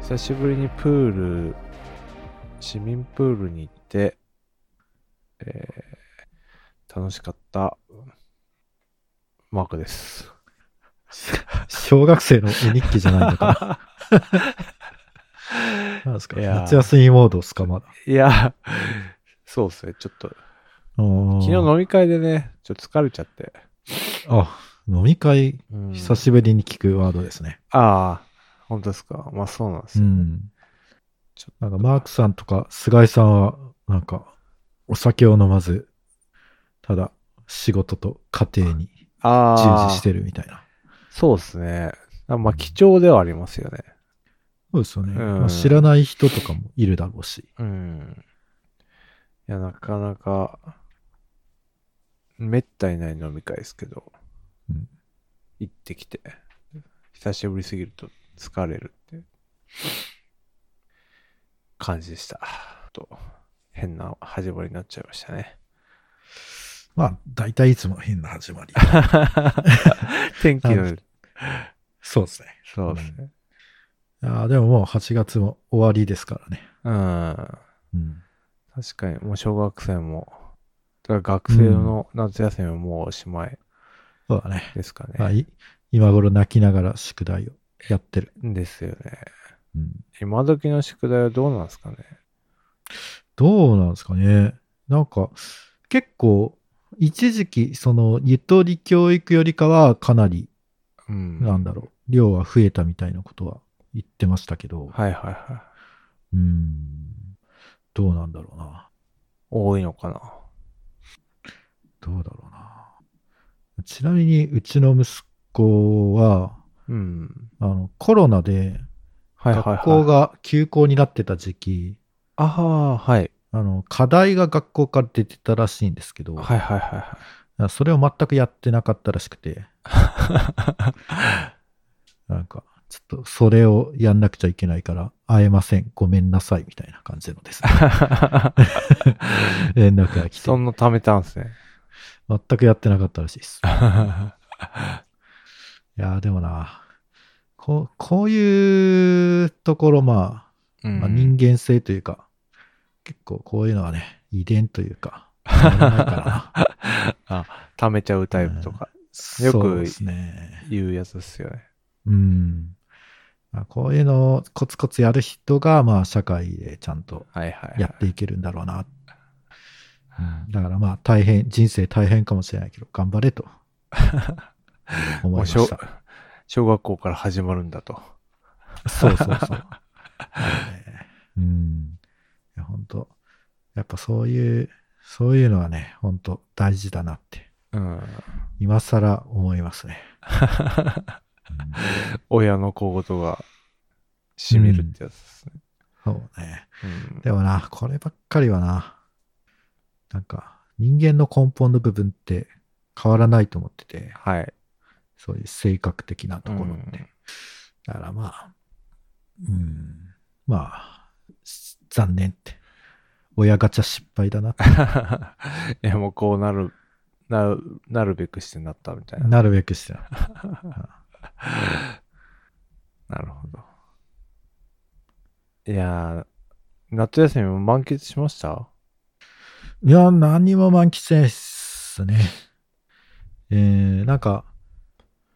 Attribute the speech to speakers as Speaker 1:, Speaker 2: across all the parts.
Speaker 1: 久しぶりにプール、市民プールに行って、えー楽しかったマークです。
Speaker 2: 小学生の絵日記じゃないんだから。なんですか
Speaker 1: いやー
Speaker 2: 夏休みモードっすかまだ。
Speaker 1: いや、そうっすね。ちょっと、
Speaker 2: 昨
Speaker 1: 昨日飲み会でね、ちょっと疲れちゃって。
Speaker 2: あ、飲み会、
Speaker 1: うん
Speaker 2: 久しぶりに聞くワードですね。
Speaker 1: ああ、本当ですか。まあそうなんです
Speaker 2: う
Speaker 1: よ。
Speaker 2: ん。
Speaker 1: ちょっ
Speaker 2: なんかマークさんとか菅井さんは、なんか、お酒を飲まず、ただ仕事と家庭に
Speaker 1: ああ、
Speaker 2: 従事してるみたいな。
Speaker 1: そうですね。あまあ貴重ではありますよね。
Speaker 2: そうですよね。
Speaker 1: うん
Speaker 2: まあ、知らない人とかもいるだろうし。
Speaker 1: うん。いや、なかなか、めったにない飲み会ですけど、
Speaker 2: うん
Speaker 1: 行ってきて、久しぶりすぎると疲れるって感じでした。と、変な始まりになっちゃいました ね。
Speaker 2: まあ、大体いつも変な始まり。
Speaker 1: 天気の、
Speaker 2: そうですね。
Speaker 1: そうですね。
Speaker 2: あーでももう8月も終わりですからね。
Speaker 1: うん。
Speaker 2: うん。
Speaker 1: 確かに、もう小学生も、だから学生の夏休みももうおしまい
Speaker 2: そうだね。
Speaker 1: ですかね。
Speaker 2: まあ、い今頃泣きながら宿題をやってる。
Speaker 1: ですよね。
Speaker 2: うん、
Speaker 1: 今時の宿題はどうなんですかね
Speaker 2: どうなんですかね。なんか、結構、一時期、その、ゆとり教育よりかは、かなり、
Speaker 1: うん。
Speaker 2: なんだろう、量は増えたみたいなことは言ってましたけど、
Speaker 1: はいはいはい。
Speaker 2: うーん、どうなんだろうな。
Speaker 1: 多いのかな
Speaker 2: どうだろうな。ちなみに、うちの息子は、
Speaker 1: うん。
Speaker 2: あの、コロナで、
Speaker 1: はいはいはい。
Speaker 2: 学校。が休校になってた時期、
Speaker 1: ああ、はい。
Speaker 2: あの、課題が学校から出てたらしいんですけど、
Speaker 1: はいはいは
Speaker 2: それを全くやってなかったらしくて、
Speaker 1: いは
Speaker 2: なんか、ちょっとそれをやんなくちゃいけないから、会えません、ごめんなさい、みたいな感じの ですね、
Speaker 1: い。
Speaker 2: 連絡 が来て
Speaker 1: そ、んな貯めたんです ね。
Speaker 2: 全くやってなかったらしいです。
Speaker 1: はい
Speaker 2: やーでもな、こう、こういうところ、ま
Speaker 1: い
Speaker 2: あ、まあ人間性というか、結構こういうのはね、遺伝というか、変わらないから な
Speaker 1: あ、貯めちゃうタイプとかよく
Speaker 2: そうですね。
Speaker 1: いうやつですよね。
Speaker 2: うん。まあ、こういうのをコツコツやる人が、まあ、社会でちゃんと
Speaker 1: はいはい。
Speaker 2: やっていけるんだろうな。うんだからまあ、大変、人生大変かもしれないけど、頑張れ と思い
Speaker 1: も
Speaker 2: ま
Speaker 1: う小
Speaker 2: した。
Speaker 1: 小学校から始まるんだと。
Speaker 2: そう そうそう。はいうん。いや、本当やっぱそういう、そういうのはね、本当大事だなって、
Speaker 1: うん。
Speaker 2: 今更思いますね。うん
Speaker 1: 親の小言が染みるってやつですね。
Speaker 2: そうね。
Speaker 1: うん
Speaker 2: でもな、こればっかりはな、なんか人間の根本の部分って変わらないと思ってて、
Speaker 1: はい。
Speaker 2: そういう性格的なところっ
Speaker 1: う
Speaker 2: て。だからまあ、うん、まあ、し残念って。親ガチャ失敗だなっ て。
Speaker 1: いや、もうこうなる、なる、なるべくしてなったみたいな。
Speaker 2: なるべくしてな。
Speaker 1: なるほど。いやー、夏休みも満喫しました
Speaker 2: いや、何も満喫してないっすね。えー、なんか、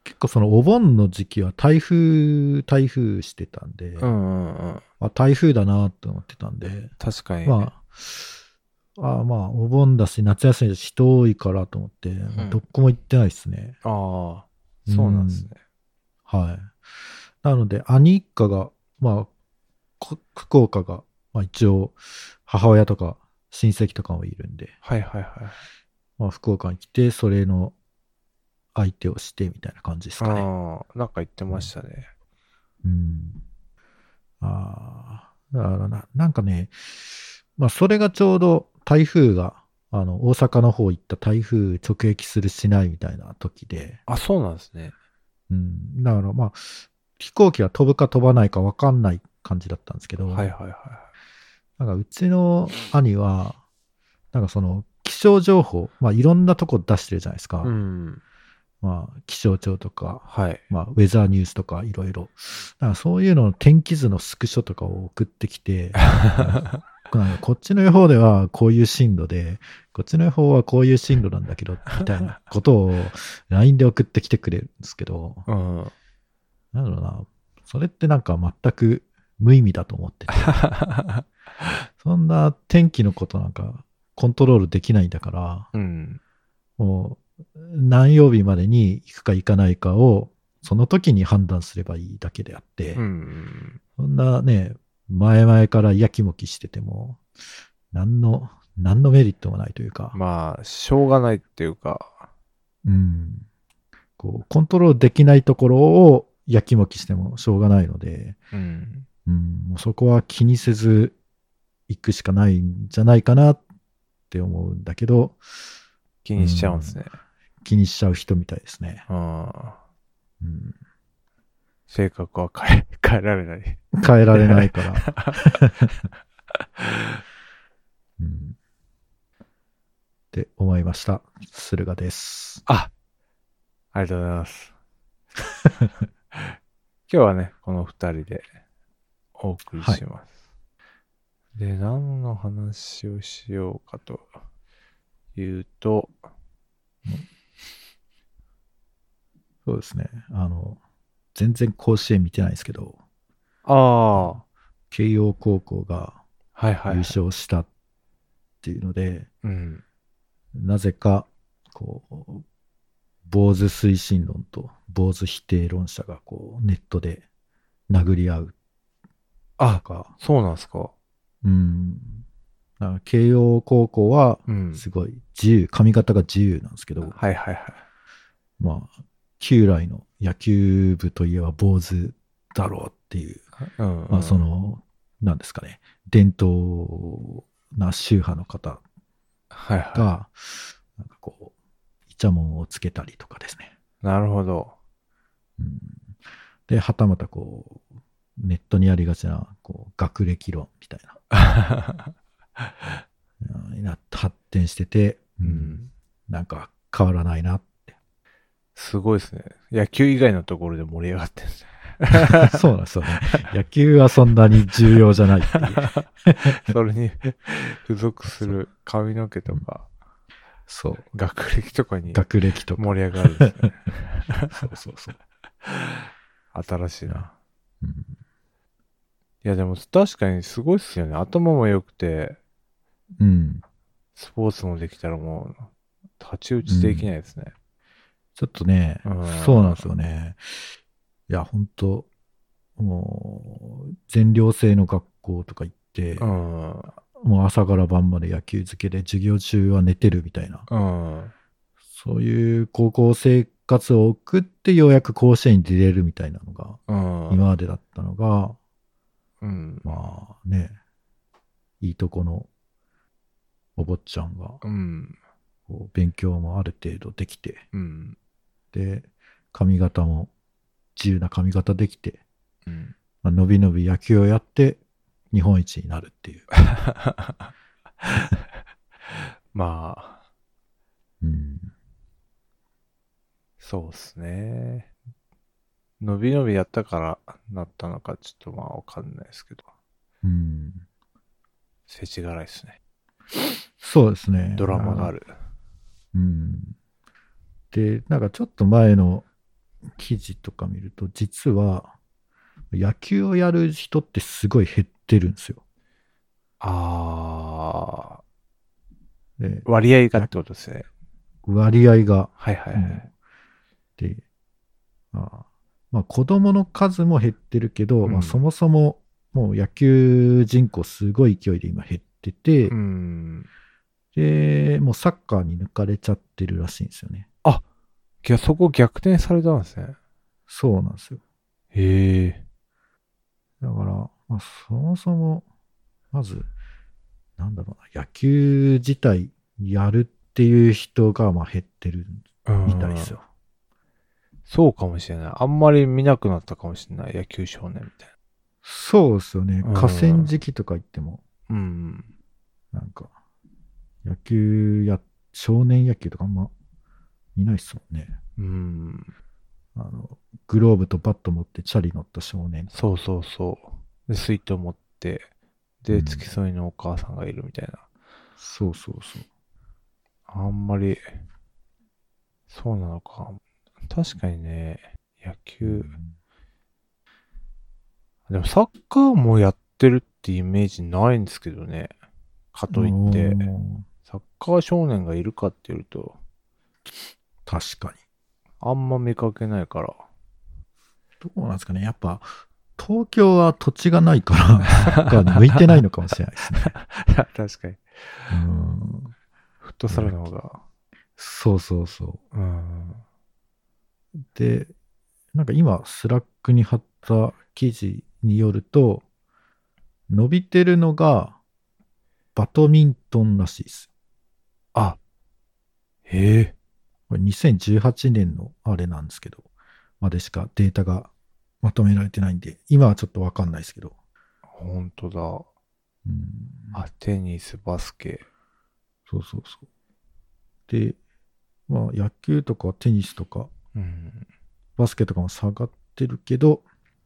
Speaker 2: 結構そのお盆の時期は台風、台風してたんで、
Speaker 1: うんうんうん。
Speaker 2: あ台風だなと思ってたんで、
Speaker 1: 確かに。
Speaker 2: まあ、ああまあ、お盆だし、夏休みだし、人多いからと思って、まあ
Speaker 1: うん
Speaker 2: どこも行ってないですね。
Speaker 1: ああー、そうなんですね。
Speaker 2: はい。なので、兄一家が、まあ、こ福岡が、まあ一応、母親とか親戚とかもいるんで、
Speaker 1: はいはいはい。
Speaker 2: まあ福岡に来て、それの相手をしてみたいな感じですかね。
Speaker 1: ああ、なんか言ってましたね。
Speaker 2: うん。ああ、だからな、なんかね、まあ、それがちょうど台風が、あの、大阪の方行った台風直撃するしないみたいな時で、
Speaker 1: あ、そうなんですね。
Speaker 2: うん。だからまあ、飛行機が飛ぶか飛ばないかわかんない感じだったんですけど、
Speaker 1: はいはいはい。
Speaker 2: なんかうちの兄は、なんかその、気象情報、まあ、いろんなとこ出してるじゃないですか。
Speaker 1: うん。
Speaker 2: まあ、気象庁とか、
Speaker 1: はい。
Speaker 2: まあ、ウェザーニュースとかいろいろ。だからそういうのの天気図のスクショとかを送ってきて、なんかこっちの予報ではこういう進路で、こっちの予報はこういう進路なんだけど、みたいなことを LINE で送ってきてくれるんですけど、
Speaker 1: うん。
Speaker 2: なんだろうな、それってなんか全く無意味だと思ってて、そんな天気のことなんかコントロールできないんだから、
Speaker 1: うん。
Speaker 2: もう何曜日までに行くか行かないかを、その時に判断すればいいだけであって、
Speaker 1: うん。
Speaker 2: そんなね、前々からやきもきしてても、何の、何のメリットもないというか、
Speaker 1: まあ、しょうがないっていうか、
Speaker 2: うん。こう、コントロールできないところをやきもきしてもしょうがないので、
Speaker 1: うん。
Speaker 2: うん、もうそこは気にせず行くしかないんじゃないかなって思うんだけど、
Speaker 1: 気にしちゃうんですね。
Speaker 2: 気にしちゃう人みたいですね。
Speaker 1: うん。
Speaker 2: うん、
Speaker 1: 性格は変え、 変えられない。
Speaker 2: 変えられないから。うん、って思いました。駿河です。
Speaker 1: あありがとうございます。 今日はね、この二人でお送りします。で、何の話をしようかというと、
Speaker 2: そうですね。あの、全然甲子園見てないですけど、
Speaker 1: ああ、は
Speaker 2: 慶応高校が
Speaker 1: いはい、
Speaker 2: 優勝したっていうので、
Speaker 1: うん。
Speaker 2: なぜか、こう、坊主推進論と坊主否定論者がこうネットで殴り合うと
Speaker 1: あ、
Speaker 2: か、
Speaker 1: そうなんですか。
Speaker 2: うん。だから慶応高校は、
Speaker 1: うん。
Speaker 2: すごい自由、髪型が自由なんですけど、
Speaker 1: はいはいはい。
Speaker 2: まあ、旧来の野球部といえば坊主だろうっていう、
Speaker 1: うん、
Speaker 2: まあそ、の、なんですかね、伝統な宗派の方
Speaker 1: はいは
Speaker 2: が、なんかこう、イチャモンをつけたりとかですね。
Speaker 1: い。なるほど。
Speaker 2: うんで、はたまたこう、ネットにありがちな、こう、学歴論みたいな、うんな発展してて、
Speaker 1: う
Speaker 2: うん
Speaker 1: ん。
Speaker 2: なんか変わらない なって。
Speaker 1: すごいですね。野球以外のところで盛り上がってるんですね。
Speaker 2: そうなんですよね。野球はそんなに重要じゃないっていう。
Speaker 1: それに付属する髪の毛とか、
Speaker 2: そう。
Speaker 1: 学歴とかに
Speaker 2: 学歴とか。
Speaker 1: 盛り上がるんですね。
Speaker 2: そうそうそう。
Speaker 1: 新しいな。
Speaker 2: うん
Speaker 1: いやでも確かにすごいっすよね。頭も良くて、
Speaker 2: うん。
Speaker 1: スポーツもできたらもう、太刀打ちできないですね。
Speaker 2: ちょっとね
Speaker 1: うん、
Speaker 2: そうなんですよね。いや、本当もう、全寮制の学校とか行って、
Speaker 1: うん。
Speaker 2: もう朝から晩まで野球漬けで授業中は寝てるみたいな、
Speaker 1: うん。
Speaker 2: そういう高校生活を送ってようやく甲子園に出れるみたいなのが、
Speaker 1: うん。
Speaker 2: 今までだったのが、
Speaker 1: うん。
Speaker 2: まあね、いいとこのお坊ちゃんが、
Speaker 1: うん。
Speaker 2: こう勉強もある程度できて、
Speaker 1: うん。
Speaker 2: で、髪型も自由な髪型できて、
Speaker 1: うん。
Speaker 2: まあのびのび野球をやって、日本一になるっていう。
Speaker 1: まあ、
Speaker 2: うん、
Speaker 1: そうっすね。伸び伸びやったからなったのか、ちょっとまあわかんないですけど。
Speaker 2: うん、
Speaker 1: 世知辛いですね。
Speaker 2: そうですね。
Speaker 1: ドラマがある。
Speaker 2: うんで、なんかちょっと前の記事とか見ると、実は野球をやる人ってすごい減ってるんですよ。
Speaker 1: あ
Speaker 2: で
Speaker 1: ー、割合がってことですね。
Speaker 2: 割合が。
Speaker 1: はいはいは
Speaker 2: う
Speaker 1: い
Speaker 2: ん。で、あまあ子供の数も減ってるけど、
Speaker 1: うん
Speaker 2: まあそもそももう野球人口すごい勢いで今減ってて、
Speaker 1: うん。
Speaker 2: で、もうサッカーに抜かれちゃってるらしいんですよね。
Speaker 1: いや、そこ逆転されたんですね。
Speaker 2: そうなんですよ。
Speaker 1: へえ。
Speaker 2: だから、まあ、そもそも、まず、なんだろうな、野球自体やるっていう人がまあ減ってる
Speaker 1: うん
Speaker 2: みたいですよ。
Speaker 1: そうかもしれない。あんまり見なくなったかもしれない。野球少年みたい
Speaker 2: そうですよね
Speaker 1: うん。
Speaker 2: 河川敷とか行っても、
Speaker 1: な。うん。
Speaker 2: なんか、野球や、少年野球とかあんま見ないっすもんね。
Speaker 1: うん。
Speaker 2: グローブとバット持ってチャリ乗った少年。
Speaker 1: そうそうそう。で、水筒持って、
Speaker 2: う
Speaker 1: で、
Speaker 2: ん
Speaker 1: 付き添いのお母さんがいるみたいな。
Speaker 2: そうそうそう。
Speaker 1: あんまり、そうなのか。確かにね、野球、でもサッカーもやってるってイメージないんですけどね。かといって、
Speaker 2: うん
Speaker 1: サッカー少年がいるかっていうと、
Speaker 2: 確かに。
Speaker 1: あんま見かけない から。
Speaker 2: どうなんですかね。やっぱ、東京は土地がないから、サッカーに向いてないのかもしれないですね。
Speaker 1: 確かに。
Speaker 2: うん
Speaker 1: フットサルの方が。
Speaker 2: そうそうそ
Speaker 1: うん。
Speaker 2: う。で、なんか今、スラックに貼った記事によると、伸びてるのが、バドミントンらしいです。
Speaker 1: あ、ええ
Speaker 2: これ2018年のあれなんですけど、までしかデータがまとめられてないんで、今はちょっとわかんないですけど。
Speaker 1: ほんとだ。
Speaker 2: うん、
Speaker 1: あ、テニス、バスケ。
Speaker 2: そうそうそう。で、まあ野球とかテニスとか
Speaker 1: うん。
Speaker 2: バスケとかも下がってるけど、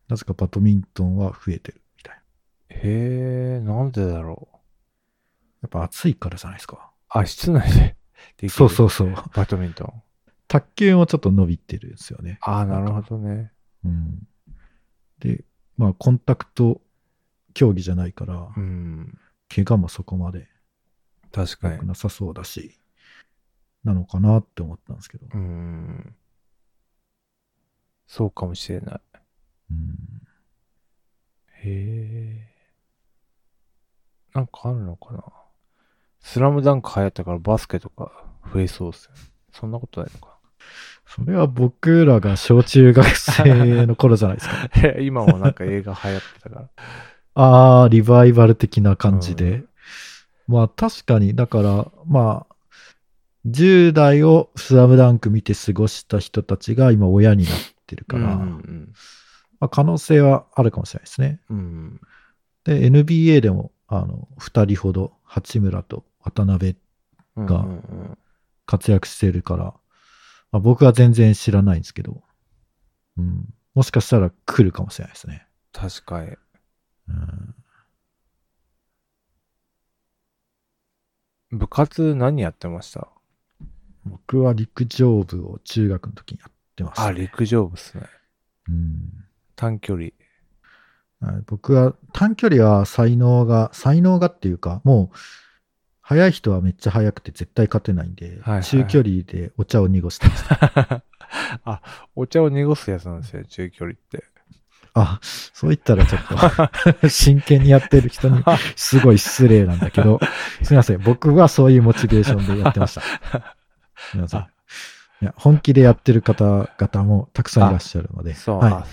Speaker 2: なぜかバドミントンは増えてるみたいな。
Speaker 1: へえ、なんでだろう。
Speaker 2: やっぱ暑いからじゃないですか。
Speaker 1: あ、室内でできる。
Speaker 2: そう
Speaker 1: う。
Speaker 2: そうそう。
Speaker 1: バドミントン。
Speaker 2: 卓球もちょっと伸びてるんですよね。
Speaker 1: ああ、なるほどね。
Speaker 2: うん。で、まあコンタクト競技じゃないから、
Speaker 1: うん。
Speaker 2: 怪我もそこまで
Speaker 1: 確か
Speaker 2: 良く
Speaker 1: に。
Speaker 2: なさそうだし、なのかなって思ったんですけど。
Speaker 1: うん。そうかもしれない。
Speaker 2: うん。
Speaker 1: へえ。なんかあるのかなスラムダンク流行ったからバスケとか増えそうっすよね。そんなことないのか。
Speaker 2: それは僕らが小中学生の頃じゃないですか。
Speaker 1: いや 今もなんか映画流行ってたから。
Speaker 2: ああ、リバイバル的な感じで。まあ確かに、だから、まあ、10代をスラムダンク見て過ごした人たちが今親になってるから、
Speaker 1: うん
Speaker 2: まあ、可能性はあるかもしれないですね。
Speaker 1: うんうん。
Speaker 2: で、NBA でも、あの、2人ほど、八村と渡辺
Speaker 1: うん。
Speaker 2: が
Speaker 1: うんうん
Speaker 2: 活躍してるから、まあ、僕は全然知らないんですけど、うん、もしかしたら来るかもしれないですね。
Speaker 1: 確かに。
Speaker 2: うん
Speaker 1: 部活何やってました
Speaker 2: 僕は陸上部を中学の時にやってました、
Speaker 1: あ、陸上部っすね。
Speaker 2: うん
Speaker 1: 短距離。
Speaker 2: はい僕は短距離は才能が、才能がっていうか、もう、速い人はめっちゃ速くて絶対勝てないんで、
Speaker 1: はいはい
Speaker 2: 中距離でお茶を濁して ました。
Speaker 1: あ、お茶を濁すやつなんですよ、中距離 って。
Speaker 2: あ、そう言ったらちょっと、真剣にやってる人にすごい失礼なんだ けど、すいません。僕はそういうモチベーションでやってました。すいません。
Speaker 1: あ
Speaker 2: いや本気でやってる方々もたくさんいらっしゃるので。
Speaker 1: そう、
Speaker 2: はい
Speaker 1: あ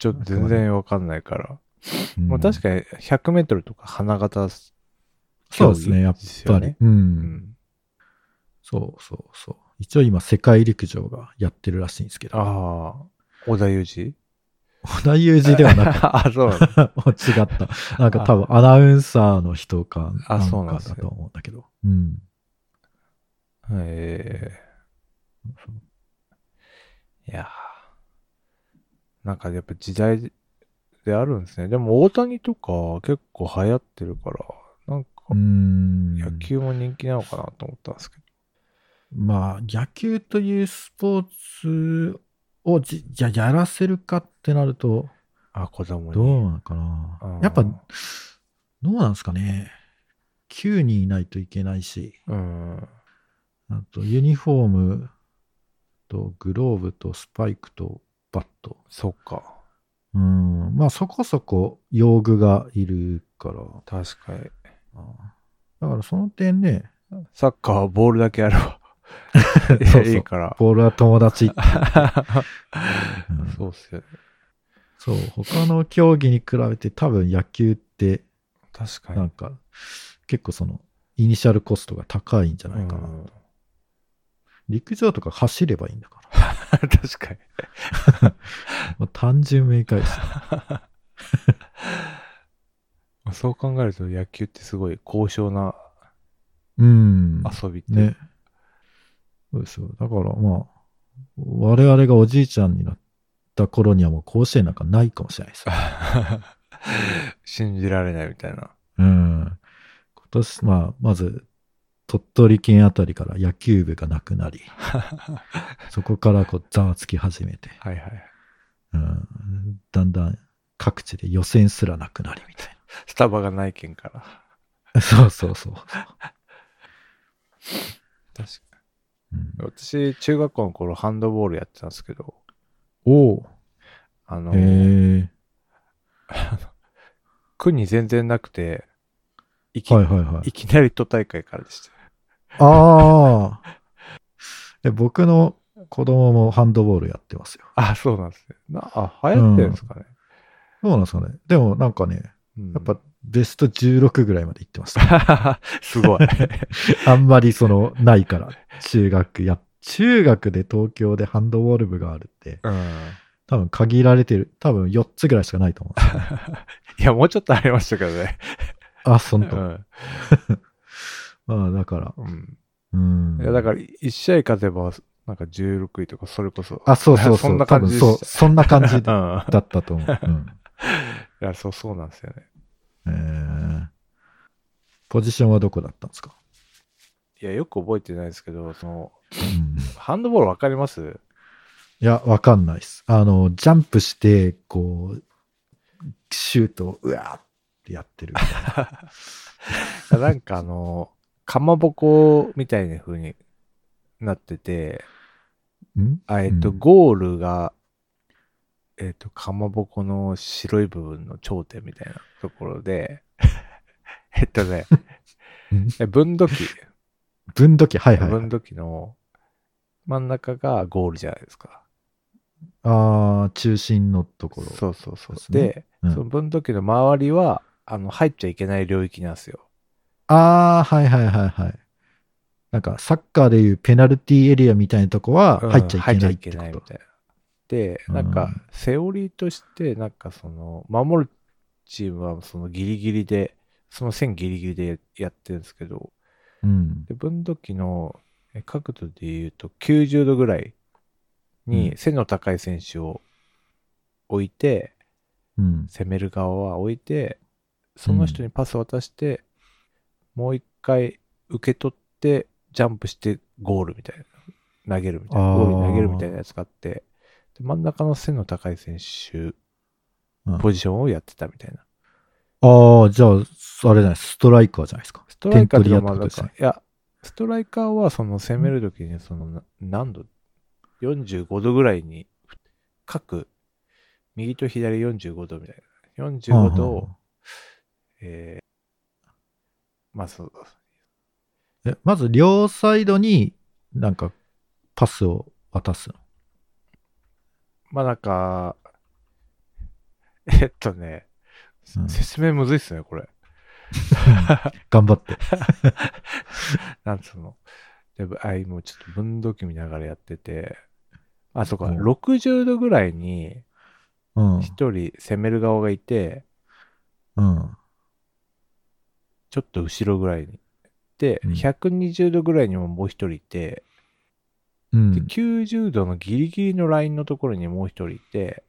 Speaker 1: ちょっと全然わかんないから。
Speaker 2: うん
Speaker 1: まあ確かに100メートルとか花形
Speaker 2: そうですね、やっぱり。う。
Speaker 1: うんん。
Speaker 2: そうそうそう。一応今、世界陸上がやってるらしいんですけど。
Speaker 1: ああ、織田 裕
Speaker 2: 織田裕二ではなく、
Speaker 1: 二あ、そうなんだ。
Speaker 2: もう違った。なんか多分アナウンサーの人か、
Speaker 1: あ
Speaker 2: か
Speaker 1: そうなんですよ
Speaker 2: だと思うんだけど。うん。
Speaker 1: ええいやーなんかやっぱ時代であるんですね。でも大谷とか結構流行ってるから、なんか
Speaker 2: うん。
Speaker 1: 野球も人気なのかなと思ったんですけど。
Speaker 2: まあ、野球というスポーツをじ、じゃ、やらせるかってなると、
Speaker 1: あ、子供に。
Speaker 2: どうなのか
Speaker 1: あ
Speaker 2: な
Speaker 1: ー。
Speaker 2: やっぱ、どうなんですかね。9人いないといけないし、
Speaker 1: うん。
Speaker 2: あと、ユニフォームとグローブとスパイクとバット。
Speaker 1: そっか。
Speaker 2: うん。まあ、そこそこ用具がいるから。
Speaker 1: 確かに。
Speaker 2: だからその点ね、
Speaker 1: サッカーはボールだけやればい
Speaker 2: そう
Speaker 1: や
Speaker 2: そう
Speaker 1: いいから。
Speaker 2: ボールは 友達って、うん
Speaker 1: そうっすよね。
Speaker 2: そう、他の競技に比べて多分野球って、
Speaker 1: 確かに。
Speaker 2: なんか、結構その、イニシャルコストが高いんじゃないかな。
Speaker 1: うん
Speaker 2: 陸上とか走ればいいんだか
Speaker 1: 確かに。
Speaker 2: ら。もう単純明快ですよ。
Speaker 1: そう考えると野球ってすごい高尚な
Speaker 2: うん。
Speaker 1: 遊びって。
Speaker 2: ね。そうですよ。だからまあ、我々がおじいちゃんになっした頃にはもう甲子園なんかないかもしれないです。
Speaker 1: 信じられないみたい な。
Speaker 2: うん。今年、まあ、まず、鳥取県あたりから野球部がなくなり、
Speaker 1: は
Speaker 2: そこからこう、ざわつき始めて、
Speaker 1: いはい。
Speaker 2: うん、だんだん各地で予選すらなくなりみたい
Speaker 1: スタバがない県から。
Speaker 2: な。 そうそうそう。
Speaker 1: 確か
Speaker 2: うん
Speaker 1: に。私、中学校の頃、ハンドボールやってたんですけど、
Speaker 2: おう
Speaker 1: あの、
Speaker 2: へえ
Speaker 1: 区に全然なくて、いき,、
Speaker 2: はいはいはい
Speaker 1: い、きなり都大会からでした。
Speaker 2: あ あ。で僕の子供もハンドボールやってますよ。
Speaker 1: あ、そうなんですね。なあ、流行ってるんですかね。
Speaker 2: どうなんですかね。でもなんかね、
Speaker 1: うん
Speaker 2: やっぱベスト16ぐらいまで行ってました。
Speaker 1: すごい。
Speaker 2: あんまりその、ないから。中学や、中学で東京でハンドボール部があるって、
Speaker 1: うん。
Speaker 2: 多分限られてる、多分4つぐらいしかない と思う。
Speaker 1: いや、もうちょっとありましたけどね。
Speaker 2: あ、そん
Speaker 1: う
Speaker 2: と。
Speaker 1: ん。
Speaker 2: まあだから、
Speaker 1: うん、
Speaker 2: うん。
Speaker 1: いや、だから、1試合勝てば、なんか16位とか、それこそ。
Speaker 2: あ、そうそうそ
Speaker 1: そん
Speaker 2: う。
Speaker 1: な感
Speaker 2: 多分
Speaker 1: じで
Speaker 2: そう、
Speaker 1: した
Speaker 2: そんな感じ
Speaker 1: う
Speaker 2: だ
Speaker 1: ん。
Speaker 2: だったと 思う。うん
Speaker 1: いや、そう、そうなんですよね。
Speaker 2: えーポジションはどこだったんですか、
Speaker 1: いや、よく覚えてないですけど、その、
Speaker 2: うん
Speaker 1: ハンドボールわかります
Speaker 2: いや、わかんないです。あの、ジャンプして、こう、シュートをうわーって やってる。
Speaker 1: なんかあの、かまぼこみたいな風になってて、
Speaker 2: ん
Speaker 1: あえっと、
Speaker 2: うん
Speaker 1: ゴールが、えっと、かまぼこの白い部分の頂点みたいなところで、 えっとね
Speaker 2: うん、
Speaker 1: え分度器、
Speaker 2: 分度器、はいはいはい。
Speaker 1: 分度器の真ん中がゴールじゃないですか。
Speaker 2: ああ、中心のところ。
Speaker 1: そうそうそう。
Speaker 2: ですね
Speaker 1: で、
Speaker 2: うん
Speaker 1: その分度器の周りは、あの、入っちゃいけない領域なんですよ。
Speaker 2: ああ、はいはいはいはい。なんか、サッカーでいうペナルティーエリアみたいなとこは入っちゃいけない
Speaker 1: うん入
Speaker 2: って
Speaker 1: っちゃいけない
Speaker 2: こ
Speaker 1: み
Speaker 2: と。
Speaker 1: たいな。で、
Speaker 2: うん
Speaker 1: なんか、セオリーとして、なんかその、守るチームはそのギリギリで、その線ギリギリでやってるんですけど、
Speaker 2: うん。
Speaker 1: で分度器のえ角度で言うと90度ぐらい
Speaker 2: う
Speaker 1: に
Speaker 2: ん
Speaker 1: 背の高い選手を置いて、
Speaker 2: うん。
Speaker 1: 攻める側は置いて、その人にパス渡して、もう一回受け取って、ジャンプしてゴールみたいな。投げるみたいな。
Speaker 2: あー
Speaker 1: ゴールに投げるみたいなやつがあって、で真ん中の背の高い選手
Speaker 2: うん、
Speaker 1: ポジションをやってたみたいな。
Speaker 2: ああ、じゃあ、あれじゃない、ストライカーじゃないですか。
Speaker 1: ストライカーって
Speaker 2: 点
Speaker 1: の
Speaker 2: 取り屋
Speaker 1: は
Speaker 2: ってこ
Speaker 1: 真
Speaker 2: と
Speaker 1: ん中
Speaker 2: ですね
Speaker 1: いや、ストライカーはその攻めるときにそのな何度 ?45 度ぐらいに、各、右と左45度みたいな。45度を、えーまあそう、
Speaker 2: え、まず両サイドになんかパスを渡すの。
Speaker 1: まあなんか、えっとね、
Speaker 2: うん
Speaker 1: 説明むずいっすね、これ。
Speaker 2: 頑張って。
Speaker 1: なんつうの。で、あ、今ちょっと分度器見ながらやってて、あ、そうか、
Speaker 2: うん
Speaker 1: 60度ぐらいに
Speaker 2: うん。うん。
Speaker 1: 一人攻める側がいて、ちょっと後ろぐらいに。で、
Speaker 2: うん
Speaker 1: 120度ぐらいにももう一人いて、
Speaker 2: うん
Speaker 1: で、90度のギリギリのラインのところにもう一人いて、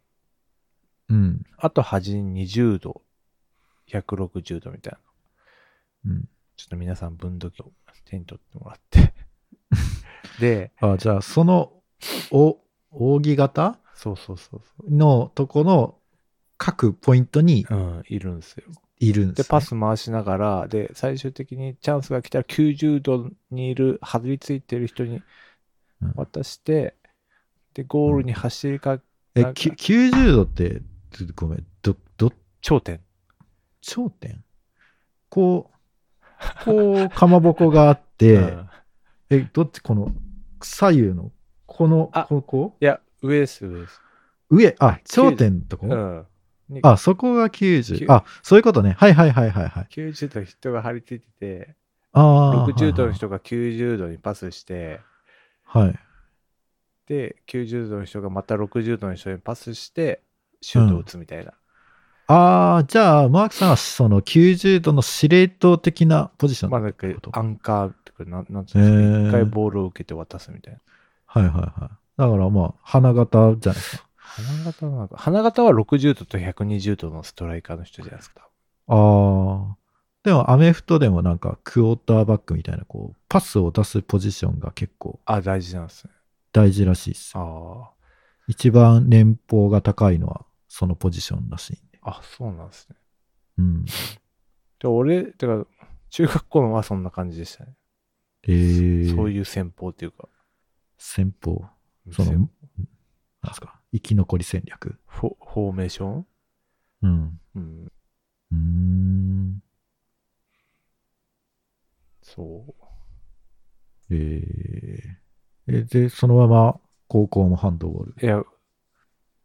Speaker 2: うん。
Speaker 1: あと端に20度、160度みたいな。
Speaker 2: うん。
Speaker 1: ちょっと皆さん分度器を手に取ってもら って。で、
Speaker 2: あ、じゃあ、その、お、扇形
Speaker 1: そうそうそう
Speaker 2: のとこの各ポイントに
Speaker 1: そう。うん、いるんですよ。
Speaker 2: いるんで
Speaker 1: で、
Speaker 2: す、ね。
Speaker 1: パス回しながら、で、最終的にチャンスが来たら90度にいる、はずりついてる人に
Speaker 2: うん
Speaker 1: 渡して、で、ゴールに走りか、
Speaker 2: え、
Speaker 1: なんか
Speaker 2: き90度って、ちょっとごめん、ど、ど、
Speaker 1: 頂点。
Speaker 2: 頂点こう、こう、かまぼこがあって、
Speaker 1: うん
Speaker 2: え、どっち、この、左右の、この、
Speaker 1: あ
Speaker 2: ここ
Speaker 1: いや、上です、上です。
Speaker 2: 上、あ、頂点のとこ、
Speaker 1: うん。に
Speaker 2: あ、そこが90。あ、そういうことね。はいはいはいはいはい。
Speaker 1: 90度人が張り付いてて、
Speaker 2: ああ。
Speaker 1: 60度の。人が90度にパスして、
Speaker 2: はい。
Speaker 1: で、90度の人がまた60度の人にパスして、シュートを打つみたいな。
Speaker 2: ああ、じゃあ、マークさんはその90度の司令塔的なポジション。
Speaker 1: まあなんか
Speaker 2: ってこと、
Speaker 1: アンカーってか、なんなんつうんですか
Speaker 2: へー
Speaker 1: 一回ボールを受けて渡すみたいな。
Speaker 2: はいはいはい。だからまあ、花形じゃないですか。
Speaker 1: 花花形はなんか、花形は60度と120度のストライカーの人じゃないですか。
Speaker 2: ああ。でも、アメフトでもなんか、クォーターバックみたいな、こう、パスを出すポジションが結構
Speaker 1: あ、大事なんですね。
Speaker 2: 大事らしいっす。
Speaker 1: あ
Speaker 2: 一番年俸が高いのは、そのポジションらしいんで。
Speaker 1: あ。あ、そうなんですね。
Speaker 2: うん。
Speaker 1: で、俺、てか、中学校のはそんな感じでしたね。
Speaker 2: え ー、
Speaker 1: そう
Speaker 2: う。
Speaker 1: いう戦法っていうか。
Speaker 2: 戦法。その、
Speaker 1: 戦
Speaker 2: なんすか、生き残り戦略。
Speaker 1: フォフォーメーション
Speaker 2: うん。
Speaker 1: うん。
Speaker 2: うーん。
Speaker 1: そう。
Speaker 2: えー、えで、そのまま、高校もハンドボール
Speaker 1: いや、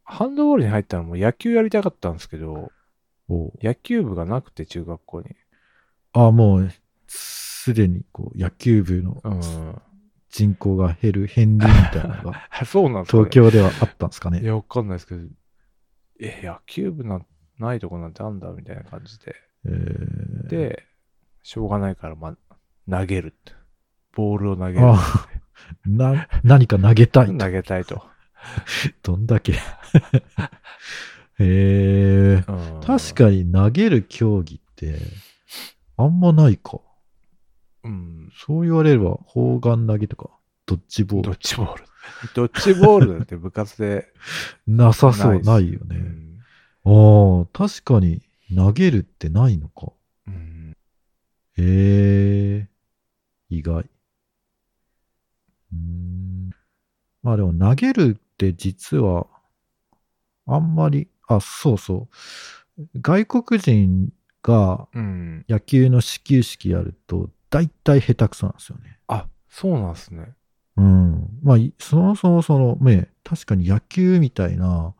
Speaker 1: ハンドボールに入ったのも野球やりたかったんですけど、
Speaker 2: を、
Speaker 1: 野球部がなくて中学校に。
Speaker 2: あ、もう、すでに、こう、野球部の
Speaker 1: うん。
Speaker 2: 人口が減る、変りみたいなのが、
Speaker 1: あ そうなんですか、ね、
Speaker 2: 東京ではあったんですか
Speaker 1: い
Speaker 2: ね。
Speaker 1: や、わかんないですけど、え、野球部なんないとこなんてあんだみたいな感じで。
Speaker 2: えー、
Speaker 1: で、しょうがないから、まあ、投げるって。ボールを投げる。
Speaker 2: あ な、何か投げたい
Speaker 1: 投げたいと。
Speaker 2: どんだけ。へ え
Speaker 1: うん
Speaker 2: 確かに投げる競技って、あんまないか。
Speaker 1: うん。
Speaker 2: そう言われれば、砲丸投げとか、ドッジボー
Speaker 1: ド
Speaker 2: ル
Speaker 1: ッ、ジボール。ドッジボールだって部活で。
Speaker 2: なさそう、
Speaker 1: な
Speaker 2: ないいよ
Speaker 1: う
Speaker 2: ね。
Speaker 1: ん
Speaker 2: ああ、確かに、投げるってないのか。
Speaker 1: うん。
Speaker 2: へえ意外。うーん。まあでも投げるって実は、あんまり、あ、そうそう。外国人が
Speaker 1: うん。
Speaker 2: 野球の始球式やると、大体下手くそなんですよね。
Speaker 1: あ、そうなんですね。
Speaker 2: うん。まあ、いそもそもその、ね、確かに野球みたいな、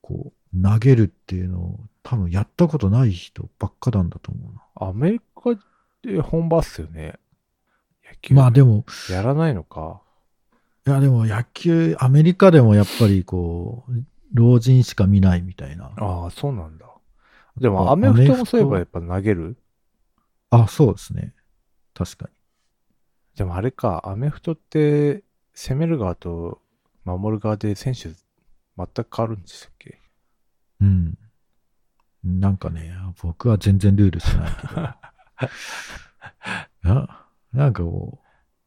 Speaker 2: こう、投げるっていうのを、多分やったことない人ばっかなんだと思うな。
Speaker 1: アメリカって本場っすよね。野球。
Speaker 2: まあで
Speaker 1: も。
Speaker 2: も、
Speaker 1: やらないのか。
Speaker 2: いや、でも野球、アメリカでもやっぱりこう、老人しか見ないみたいな。
Speaker 1: ああ、そうなんだ。で
Speaker 2: あ
Speaker 1: も、アメフト
Speaker 2: アメ
Speaker 1: も
Speaker 2: フト
Speaker 1: そういえばやっぱ投げる
Speaker 2: あ、そうですね。確か
Speaker 1: でもあれか、アメフトって、攻める側と守る側で選手、全く変わるんでしたっけ
Speaker 2: に。うん。なんかね、僕は全然ルールしないけ ど。ななんかこう、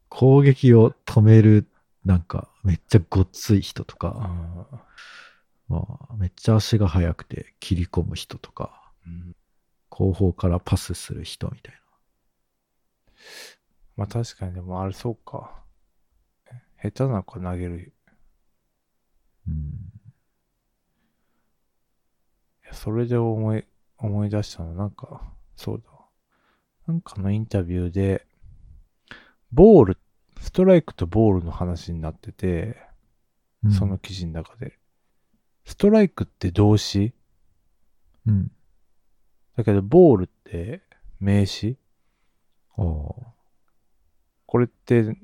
Speaker 2: 攻撃を止める、なんか、めっちゃごっつい人とか、
Speaker 1: ああ。
Speaker 2: まあ、めっちゃ足が速くて切り込む人とか、
Speaker 1: うん
Speaker 2: 後方からパスする人みたい
Speaker 1: まあ確かに、でもあれそうか。下手な子投げる。
Speaker 2: な。うん。
Speaker 1: いやそれで思い、思い出したの、なんか、そうだ。なんかのインタビューで、ボール、ストライクとボールの話になってて、
Speaker 2: うん
Speaker 1: その、記事の中で。ストライクって動詞
Speaker 2: うん。
Speaker 1: だけど、ボールって名詞
Speaker 2: ああ。
Speaker 1: これって、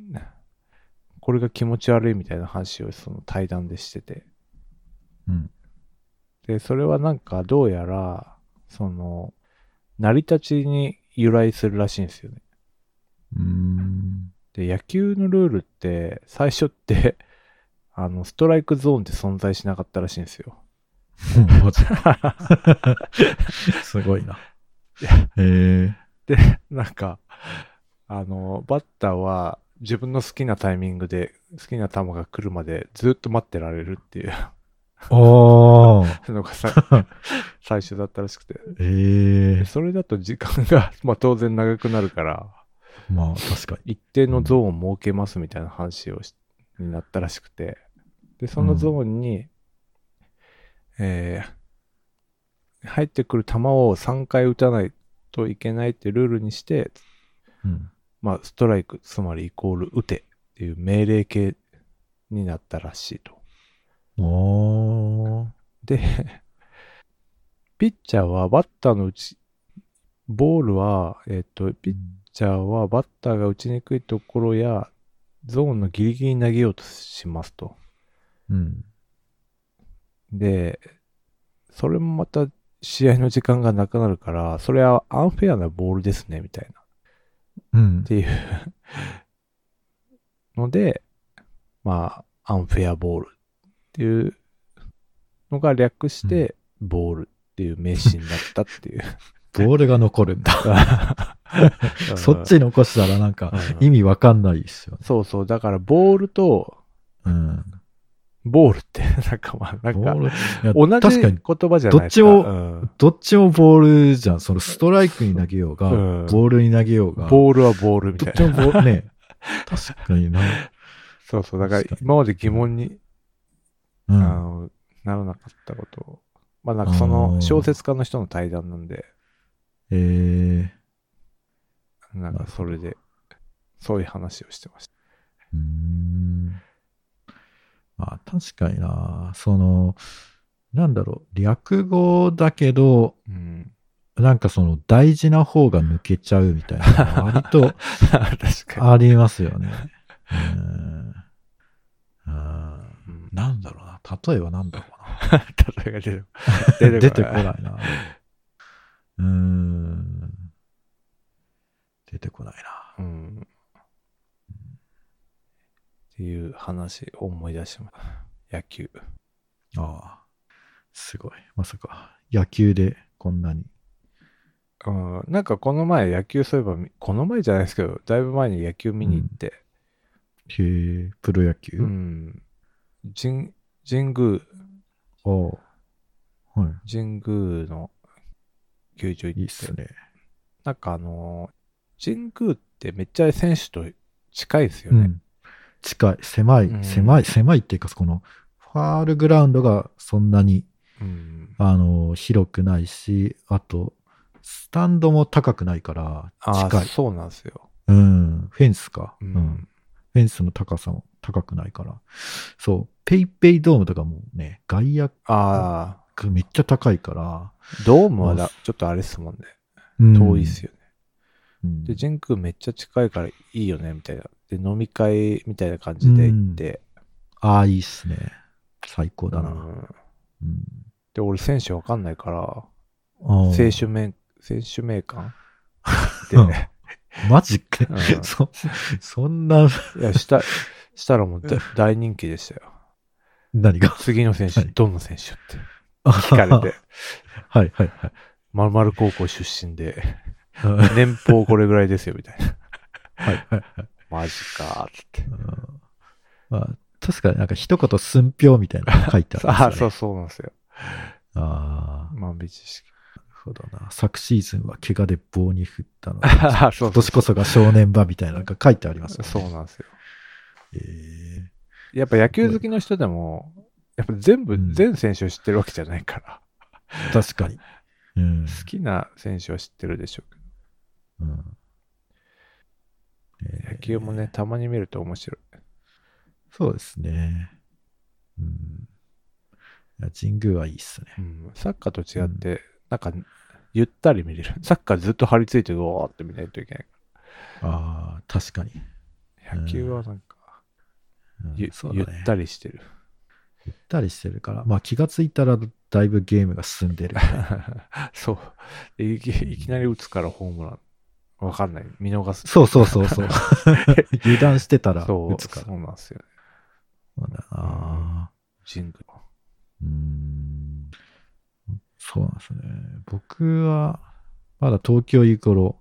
Speaker 1: これが気持ち悪いみたいな話をその対談でしてて。
Speaker 2: うん。
Speaker 1: で、それはなんかどうやら、その、成り立ちに由来するらしいんですよね。
Speaker 2: うーん。
Speaker 1: で、野球のルールって、最初って、 あの、ストライクゾーンって存在しなかったらしいんですよ。
Speaker 2: マ ジか すごいな。へえ
Speaker 1: なんか、あの、バッターは自分の好きなタイミングで、好きな球が来るまでずっと待ってられるっていう
Speaker 2: ああ。
Speaker 1: のが さ最初だったらしくて。
Speaker 2: ええ
Speaker 1: でそれだと時間が、まあ当然長くなるから、
Speaker 2: まあ、確か
Speaker 1: 一定のゾーンを設けますみたいな話をし、になったらしくて、で、そのゾーンに、えー入ってくる球を3回打たないといけないってルールにして、
Speaker 2: に。うん。
Speaker 1: まあ、ストライク、つまりイコール打てっていう命令形になったらしいと。
Speaker 2: ああ。
Speaker 1: で、ピッチャーはバッターのうち、ボールは、えっ、と、ピッピッチャーはバッターが打ちにくいところやゾーンのギリギリに投げようとしますと。
Speaker 2: うん。
Speaker 1: で、それもまた試合の時間がなくなるから、それはアンフェアなボールですね、みたいな。
Speaker 2: うん
Speaker 1: っていうので、まあ、アンフェアボールっていうのが略して、ボールっていう名詞になったっていう。
Speaker 2: ボールが残るんだ。 そっちに残したらなんか
Speaker 1: うん
Speaker 2: 意味わかんないですよね。
Speaker 1: そうそう。だから、ボールと、
Speaker 2: うん。
Speaker 1: ボールって、 なんかまあ、なんか、
Speaker 2: ボー
Speaker 1: 同
Speaker 2: ルいや
Speaker 1: じ
Speaker 2: 確かに、
Speaker 1: 言葉じゃないですか。
Speaker 2: どっちも
Speaker 1: うん
Speaker 2: どっちもボールじゃん。そのストライクに投げようが、
Speaker 1: うん
Speaker 2: ボールに投げようが。
Speaker 1: ボールはボールみ
Speaker 2: ど
Speaker 1: た
Speaker 2: っ
Speaker 1: いな。
Speaker 2: ちもボール、ね。確かにな。
Speaker 1: そうそう。だから
Speaker 2: 確か、に
Speaker 1: 今まで疑問に、あ
Speaker 2: う ん。
Speaker 1: の、ならなかったことを。まあ、なんかその、小説家の人の対談なんで、
Speaker 2: えー
Speaker 1: なんかそれで、そういう話をしてました。
Speaker 2: うーんまあ確かにな、その、なんだろう、略語だけど、
Speaker 1: うん。
Speaker 2: なんかその大事な方が抜けちゃうみたいな、割 と
Speaker 1: 確かに。
Speaker 2: ありますよね。うーんあ
Speaker 1: う
Speaker 2: ー
Speaker 1: ん
Speaker 2: なんだろうな、例えばなんだろうな。
Speaker 1: 例えが出てこない。
Speaker 2: 出てこないな。うーん。出てこないな。
Speaker 1: うん。っていう話を思い出しました。野球。
Speaker 2: ああ。すごい。まさか、野球でこんなに。
Speaker 1: うん、なんかこの前野球そういえばみ、この前じゃないですけど、だいぶ前に野球見に行って、
Speaker 2: へえ、プロ野球、
Speaker 1: うん。神、神宮、
Speaker 2: ああ。は
Speaker 1: 神宮の球場
Speaker 2: い。いいっ
Speaker 1: 行って
Speaker 2: す、ね。
Speaker 1: なんかあのー、神宮ってめっちゃ選手と近いですよ
Speaker 2: う
Speaker 1: ね。
Speaker 2: ん。近い、狭い、
Speaker 1: うん
Speaker 2: 狭い、狭いっていうか、この、ファールグラウンドがそんなに、
Speaker 1: うん
Speaker 2: あの、広くないし、あと、スタンドも高くないから、
Speaker 1: ああ、
Speaker 2: 近い。
Speaker 1: そうなんですよ。
Speaker 2: うん。フェンスか、
Speaker 1: う
Speaker 2: うんん。フェンスの高さも高くないから。そう。ペイペイドームとかもね、外野
Speaker 1: ああ、
Speaker 2: がめっちゃ高いから、
Speaker 1: ドームはだちょっとあれっすもんね。遠いっす
Speaker 2: よ。
Speaker 1: よね。
Speaker 2: うん
Speaker 1: で、神宮めっちゃ近いからいいよね、みたいな。で、飲み会みたいな感じで行って。
Speaker 2: ああ、いいっすね。最高だな。
Speaker 1: うん
Speaker 2: うん
Speaker 1: で、俺選手わかんないから、
Speaker 2: 青
Speaker 1: 選手名、選手名 鑑で、
Speaker 2: うん マジか
Speaker 1: う。ん
Speaker 2: そ、そんな、
Speaker 1: いや、した、したらもうだ大人気でしたよ。
Speaker 2: 何が。
Speaker 1: 次の選手、
Speaker 2: はい
Speaker 1: どの選手って聞
Speaker 2: 聞
Speaker 1: かれ。て、
Speaker 2: はいはいはい。
Speaker 1: まるまる高校出身で、
Speaker 2: うんはい
Speaker 1: 年俸これぐらいですよ、みたいな。
Speaker 2: はいはい。
Speaker 1: マジかーって。
Speaker 2: うんまあ、確かになんか一言寸評みたいなの書いて
Speaker 1: あ
Speaker 2: あるん
Speaker 1: あ、
Speaker 2: です
Speaker 1: そう
Speaker 2: よね。
Speaker 1: そうなんですよ。
Speaker 2: ああ、な
Speaker 1: 万引き式。
Speaker 2: るほどな。昨シーズンは怪我で棒に振ったので。
Speaker 1: あ あ、そ
Speaker 2: 今
Speaker 1: うそう
Speaker 2: 年こそが正念場みたいなのが書いてありますよね。
Speaker 1: そうなんですよ。
Speaker 2: えー
Speaker 1: やっぱ野球好きの人でも、やっぱ全部、
Speaker 2: うん
Speaker 1: 全選手を知ってるわけじゃないから、
Speaker 2: 確かに。うん
Speaker 1: 好きな選手は知ってるでしょう
Speaker 2: うん
Speaker 1: けど、野球もね、たまに見ると面白い。
Speaker 2: そうですね。うん。いや神宮はいいっすね。
Speaker 1: うん、サッカーと違って、なんか、ゆったり見れる。サッカーずっと張り付いて、うおーって見ないといけない。
Speaker 2: ああ、確かに。
Speaker 1: 野球はなんか、
Speaker 2: うん
Speaker 1: ゆ
Speaker 2: そう
Speaker 1: ゆ
Speaker 2: だ
Speaker 1: っ
Speaker 2: ね。
Speaker 1: たりして る。
Speaker 2: ゆったりしてるから、まあ気がついたらだいぶゲームが進んでる。
Speaker 1: そうでいき。いきなり打つからホームラン。わかんない。見逃す。
Speaker 2: そうそうそうそう。 油断してたら
Speaker 1: そう
Speaker 2: 打つから。
Speaker 1: そうなんですよね。
Speaker 2: そうだな。
Speaker 1: 神宮。
Speaker 2: うん。そうなんですね。僕は、まだ東京行く頃、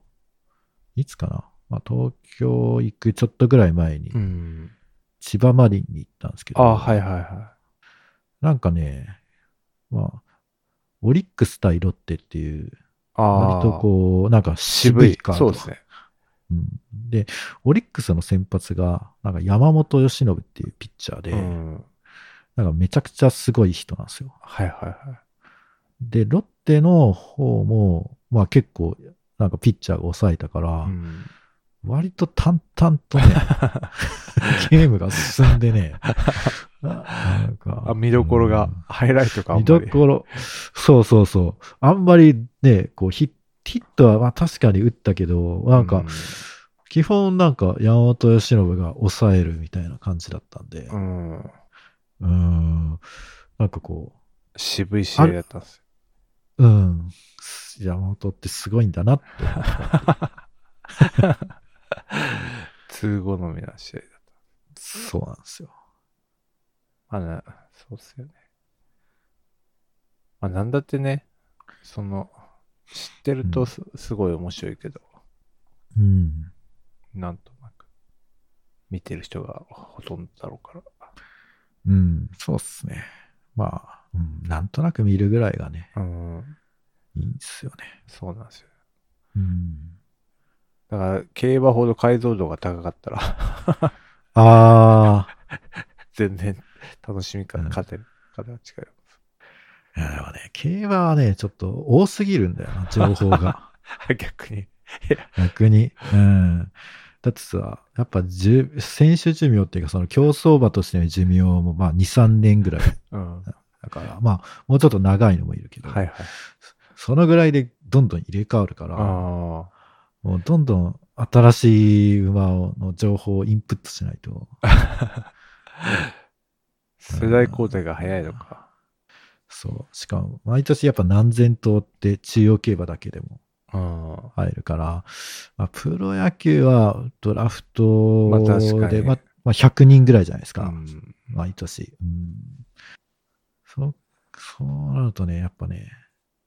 Speaker 2: いつかな。まあ東京行くちょっとぐらい前に
Speaker 1: う、ん。
Speaker 2: 千葉マリンに行ったんですけど。
Speaker 1: ああ、はいはいは
Speaker 2: なんかね、まあ、オリックス対ロッテっていう、
Speaker 1: い。ああ。
Speaker 2: 割とこう、なんか渋
Speaker 1: 渋
Speaker 2: い
Speaker 1: い
Speaker 2: カー
Speaker 1: そう
Speaker 2: ド。
Speaker 1: ですね。
Speaker 2: うんで、オリックスの先発が、なんか山本由伸っていうピッチャーで、
Speaker 1: うん。
Speaker 2: なんかめちゃくちゃすごい人なんですよ。
Speaker 1: はいはいはい。
Speaker 2: で、ロッテの方も、まあ結構、なんかピッチャーが抑えたから、
Speaker 1: うん、
Speaker 2: 割と淡々 とね、ゲームが進んでね、ななんか
Speaker 1: あ見どころが、ハイライトかあんまり
Speaker 2: 見どころ、そうそうそう。あんまりね、こうヒッヒットはまあ確かに打ったけど、なんか、
Speaker 1: うん
Speaker 2: 基本なんか山本由伸が抑えるみたいな感じだったんで、
Speaker 1: うん。
Speaker 2: うーん、なんかこ
Speaker 1: 渋い試合だったんですよ。
Speaker 2: う、うん、山本ってすごいんだなって。
Speaker 1: 通好みな試合だっ
Speaker 2: そうなんですよ。
Speaker 1: た。まあな、そうっすよね。まあ、なんだってね、その、知ってる
Speaker 2: う
Speaker 1: と
Speaker 2: ん
Speaker 1: すすごい面白いけど、
Speaker 2: うん。
Speaker 1: なんとなく、見てる人がほとんどだろうから。
Speaker 2: うん、そうっすね。まあ、うん、なんとなく見るぐらいがね、
Speaker 1: うん、
Speaker 2: いいんですよね。
Speaker 1: そうなんですよ。
Speaker 2: うん。
Speaker 1: だから、競馬ほど解像度が高かったら、
Speaker 2: ああ、
Speaker 1: 全然楽しみか、
Speaker 2: うん
Speaker 1: 勝てるから違う。
Speaker 2: いやでもね、競馬はね、ちょっと多すぎるんだよな、情報が。
Speaker 1: 逆に。
Speaker 2: 逆に。うん。だってさ、やっぱ寿選手寿命っていうか、その競走馬としての寿命もまあ2、3年ぐらい。
Speaker 1: うん。は
Speaker 2: だから、まあ、もうちょっと長いのもいるけど、
Speaker 1: いはい。
Speaker 2: そのぐらいでどんどん入れ替わるから、
Speaker 1: あ
Speaker 2: もうどんどん新しい馬の情報をインプットしない と。
Speaker 1: あ。世代交代が早いのか。
Speaker 2: そう。しかも、毎年やっぱ何千頭って中央競馬だけでも
Speaker 1: うん。
Speaker 2: 入るから、まあ、プロ野球はドラフト
Speaker 1: まあ確かに
Speaker 2: で、まあまあ100人ぐらいじゃないです
Speaker 1: う
Speaker 2: か、
Speaker 1: ん。
Speaker 2: 毎年。うん。そう、そうなるとね、やっぱね、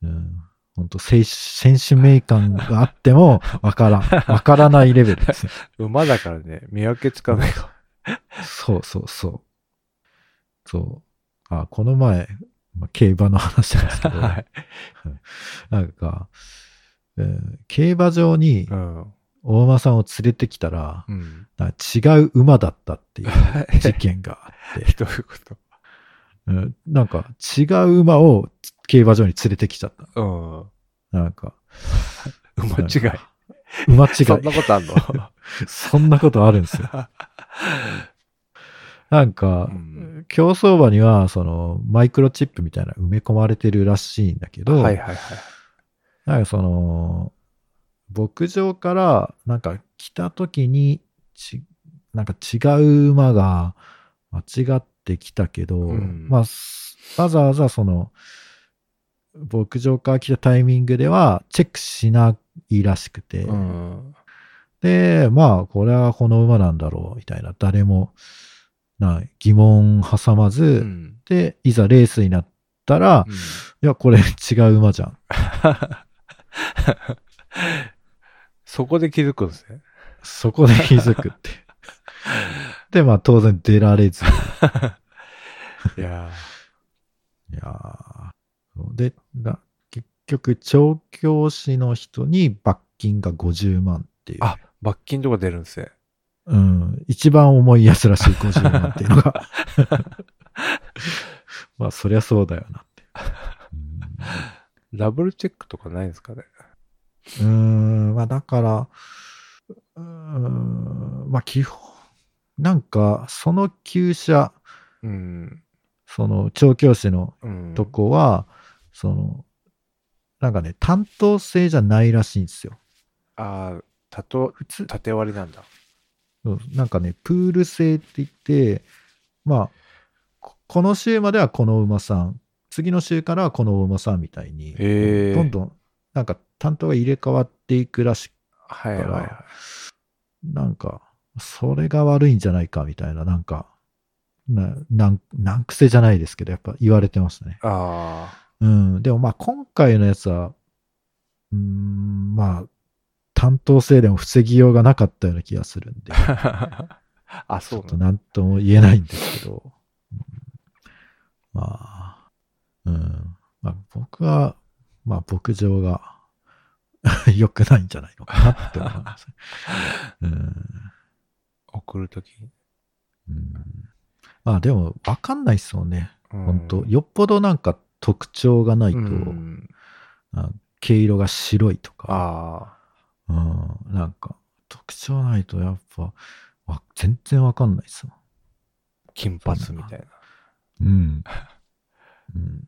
Speaker 2: うん。本当選手選手名感があって も、わからん。わからないレベルですよ。
Speaker 1: 馬だからね、見分けつかないか。
Speaker 2: そうそうそう。そう。あ、この前、まあ、競馬の話なんですけど、
Speaker 1: はい。
Speaker 2: なんか、うん競馬場に
Speaker 1: うん。
Speaker 2: 大馬さんを連れてきたら、
Speaker 1: うん。
Speaker 2: なんか違う馬だったっていう 事件があって、
Speaker 1: どういうこと
Speaker 2: うんなんか違う馬を競馬場に連れてきちゃった。
Speaker 1: うん。
Speaker 2: なんか、
Speaker 1: 馬違い。
Speaker 2: 馬違い。
Speaker 1: そんなことあん の
Speaker 2: そんなことあるん ですよ。なんか、
Speaker 1: うん
Speaker 2: 競走馬には、その、マイクロチップみたいなの埋め込まれてるらしいんだけど、
Speaker 1: はいはいはい。
Speaker 2: なんかその、牧場からなんか来た時にち、なんか違う馬が間違ってきたけど、
Speaker 1: うん
Speaker 2: まあ、すわざわざその、牧場から来たタイミングではチェックしないらしくて、
Speaker 1: うん。
Speaker 2: で、まあ、これはこの馬なんだろう、みたいな、誰も、な、疑問挟まず、
Speaker 1: うん。
Speaker 2: で、いざレースになったら、
Speaker 1: うん
Speaker 2: いや、これ違う 馬じゃん。
Speaker 1: そこで気づくんですね。
Speaker 2: そこで気づく って。で、まあ当然出られず。い
Speaker 1: いや
Speaker 2: やーそうで、な結局、調教師の人に罰金が50万っていう。
Speaker 1: あ、罰金とか出るんですね。
Speaker 2: うん。一番重いやつらしい50万っていうの が。 まあそりゃそうだよ なって。
Speaker 1: ダブルチェックとかないんですかね。
Speaker 2: うん、うーんまあだから、うーん、まあ基本、なんか、その旧車、
Speaker 1: うん。
Speaker 2: その調教師の
Speaker 1: うん。
Speaker 2: とこは、その、なんかね、担当性じゃないらしいんですよ。
Speaker 1: ああ、たと、
Speaker 2: 普通、
Speaker 1: 縦割りなんだ。
Speaker 2: うんなんかね、プール制って言って、まあ、ここの週まではこの馬さん、次の週からはこのお馬さんみたいに、
Speaker 1: へー
Speaker 2: どんどん、なんか担当が入れ替わっていくらしく、
Speaker 1: はいはいはい。
Speaker 2: なんか、それが悪いんじゃないかみたいな、なんか、な、なん、なん癖じゃないですけど、やっぱ言われてましたね。
Speaker 1: あ
Speaker 2: うん、でもまあ今回のやつは、うーん、まあ、担当性でも防ぎようがなかったような気がするんで、
Speaker 1: あ。あ、
Speaker 2: ち
Speaker 1: そ
Speaker 2: ょ
Speaker 1: う
Speaker 2: っ
Speaker 1: な
Speaker 2: と
Speaker 1: んだ。
Speaker 2: なんとも言えないんですけど、うんまあ、うん、まあ僕は、まあ牧場が 良くないんじゃないのかなって思い ます。うん、
Speaker 1: 送るときに。
Speaker 2: うん、まあでもわかんないっすもんね、本当よっぽどなんか特徴がない
Speaker 1: い
Speaker 2: と、
Speaker 1: うん、
Speaker 2: あ毛色が白いとか、
Speaker 1: あ
Speaker 2: うん、なんか、特徴ないとやっぱ、わ全然わかんないっすよ。
Speaker 1: あ、金髪みたいな。
Speaker 2: うん。うん、